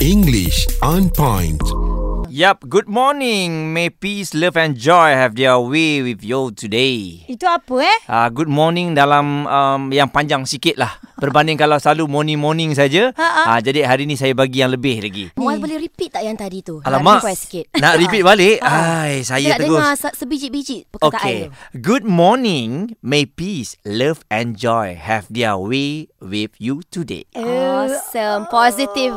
English on point. Yup, good morning. May peace, love and joy have their way with you today. Itu apa eh? Uh, good morning dalam um, yang panjang sikit lah. Berbanding kalau selalu morning-morning saja. Ha, ha. Uh, jadi hari ni saya bagi yang lebih lagi. Muaz boleh repeat tak yang tadi tu? Alamak, Nak request sikit. nak repeat balik? Ai, saya Saya nak terus. dengar se- sebiji-biji perkataan Okay. tu. Good morning. May peace, love and joy have their way with you today. Eh. Awesome. Positive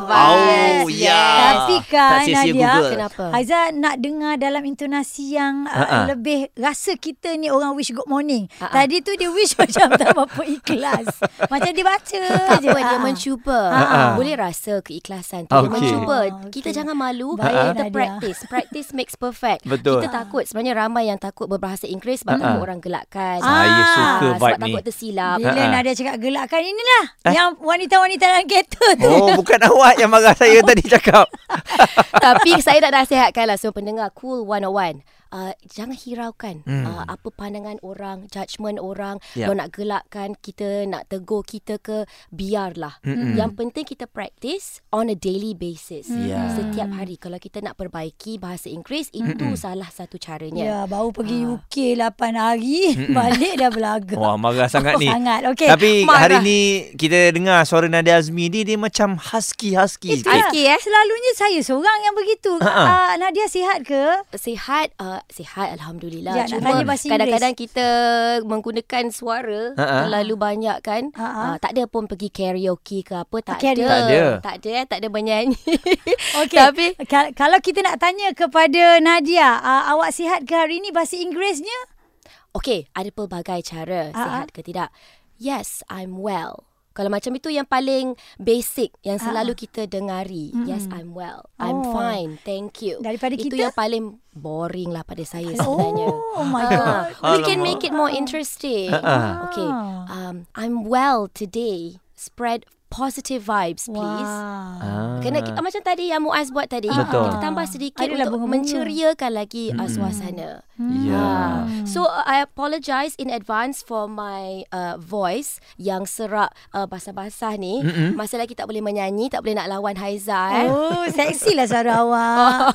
Oh, vibes. yeah. Tapi kan Tak sia-sia Nadia, Google. Kenapa? Haiza nak dengar dalam intonasi yang uh, Ha-ha. lebih rasa kita ni orang wish good morning. Ha-ha. Tadi tu dia wish macam tak apa ikhlas. macam dia baca Tak je. apa, dia Ha-ha. mencuba. Ha-ha. Boleh rasa keikhlasan tu. Ah. Okey. Dia mencuba. Ah, Kita okey. jangan malu. Baik, Kita Nadia. practice. Practice makes perfect. Betul. Ah. Kita takut. Sebenarnya ramai yang takut berbahasa Inggeris sebab takut orang gelakkan. Saya suka Ah, vibe Sebab ni. takut tersilap. Bila Ha-ha. Eh? Nadia cakap gelakkan inilah yang wanita-wanita dalam kereta tu. Oh, bukan awak yang marah saya tadi cakap. Tapi saya nak nasihatkan lah semua pendengar Cool 101. Uh, jangan hiraukan hmm. uh, apa pandangan orang, judgement orang. Ya. Yeah. Kalau nak gelakkan kita, nak tegur kita ke, biarlah. Mm-mm. Yang penting kita practice on a daily basis. Ya. Setiap hari kalau kita nak perbaiki bahasa Inggeris, itu Mm-mm. salah satu caranya. Ya, baru Ha. pergi UK 8 hari, balik dah belaga. Wah, marah sangat ni. Sangat, okey. Tapi Marah. hari ni kita dengar suara Nadia Azmi ni dia macam husky-husky Itulah. Okey, eh. Selalunya saya seorang yang begitu. Ha-ha. Uh, Nadia sihat ke? Sihat, uh, sihat Alhamdulillah. Ya, nak tanya bahasa Inggeris. kadang-kadang kita menggunakan suara Ha-ha. terlalu banyak kan. Ha-ha. Uh, tak ada pun pergi karaoke ke apa, tak Karaoke. Tak ada. ada. Tak ada, eh, tak ada menyanyi. Okey. Tapi Tapi- kalau kita nak tanya kepada Nadia, uh, awak sihat ke hari ni bahasa Inggerisnya? Okey, ada pelbagai cara Ah, sihat ke tidak. Yes, I'm well. Kalau macam itu yang paling basic yang selalu kita dengari. Yes, I'm well. I'm Oh. fine. Thank you. Daripada itu kita? yang paling boring lah pada saya sebenarnya. Oh my god. Ah, we can make it more interesting. Ah. Okay. Oh. Um, I'm well today. Spread positive vibes, please. Wow. Ah. Kena kita, macam tadi yang Muaz buat tadi. Betul. Kita tambah sedikit Adalah untuk lah bunga-bunga. menceriakan lagi uh, suasana. Ya. Ah. So uh, I apologize in advance for my uh, voice yang serak uh, basah-basah ni. Mm-hmm. Masa lagi tak boleh menyanyi, tak boleh nak lawan Haiza eh. Oh, seksi lah suara awak.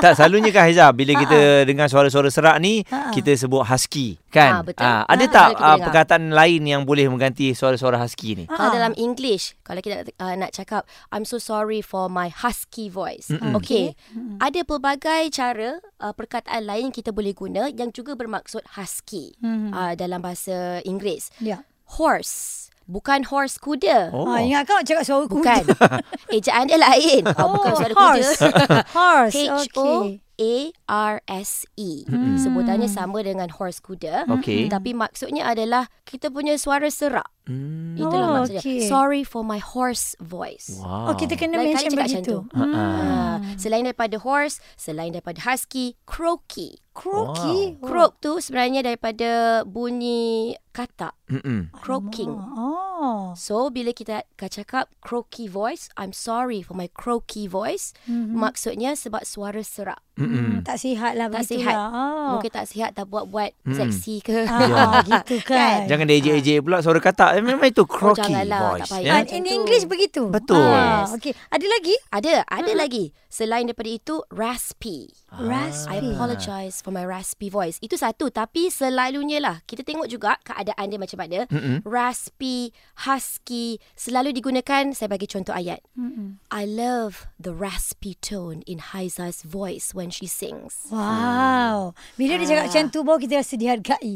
Tak selalunya kan Haiza bila kita dengar suara-suara serak ni kita sebut husky kan? Ah, betul. Ah, ada tak Ah, kalau kita ah, dengar. Ah, perkataan lain yang boleh mengganti suara-suara husky ni? Kalau dalam English, kalau kita uh, nak cakap I'm so sorry for my husky voice. Mm-mm. Okay. Ada pelbagai cara uh, perkataan lain kita boleh guna yang juga bermaksud husky mm-hmm. uh, dalam bahasa Inggeris. Ya. Horse, bukan horse kuda. Oh. Ah, ingat kau cakap suara kuda. Bukan. Ejaan dia lain. Oh, bukan suara kuda. horse. horse. Okay. H-O-A-R-S-E hmm. Sebutannya sama dengan horse kuda Okey. Tapi maksudnya adalah Kita punya suara serak Hmm. Oh, Itulah maksudnya okey. Sorry for my horse voice Wow. Oh, kita kena Ah. Lain kali mention cakap macam begitu. tu Ah, Selain daripada horse Selain daripada husky Croaky Croaky. Croak tu sebenarnya daripada bunyi katak Mm-mm. Croaking Oh. So bila kita ka- cakap croaky voice, I'm sorry for my croaky voice. Mm-hmm. Maksudnya sebab suara serak. Hmm, tak sihat lah Tak begitu sihat. Lah. Ah. Mungkin tak sihat tak buat-buat mm. seksi ke. Ah, gitu kan. Jangan dia ejek-ejek pula suara katak. Eh, Memang itu croaky janganlah, tak voice. payah. ya? Ah, Macam in tu. English begitu. Betul. Ah, okay. Ada lagi? Ada, ada mm-hmm. lagi. Selain daripada itu, raspy. I Raspy. apologise for my raspy voice. Itu satu tapi selalunya lah kita tengok juga keadaan dia macam mana. Mm-hmm. Raspy, husky selalu digunakan saya bagi contoh ayat. Mm-hmm. I love the raspy tone in Haiza's voice when she sings. Wow. Bila dia Ah. cakap macam tu baru kita rasa dihargai.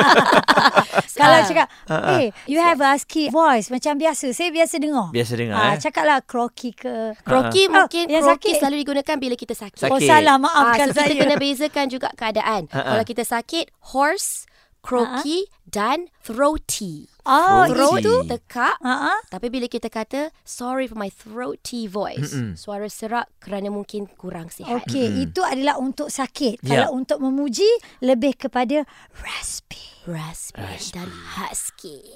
Kalau Ah. cakap, "Hey, you have a husky voice." Macam biasa, saya biasa dengar. Ah, Biasa dengar, eh? Cakaplah croaky ke. Croaky Ah. mungkin Oh, yang croaky sakit. selalu digunakan bila kita sakit. Sakit. Oh, salah, Ah, maafkan so saya. kita kena bezakan juga keadaan. Ah, ah. Kalau kita sakit, hoarse, Ah, croaky dan throaty. Oh, Throat. itu. Throat tekak. Ha ah. Tapi bila kita kata sorry for my throaty voice, Mm-mm. suara serak kerana mungkin kurang sihat. Okey, itu adalah untuk sakit. Hmm. Ya. Kalau untuk memuji lebih kepada raspy. Raspy dan husky.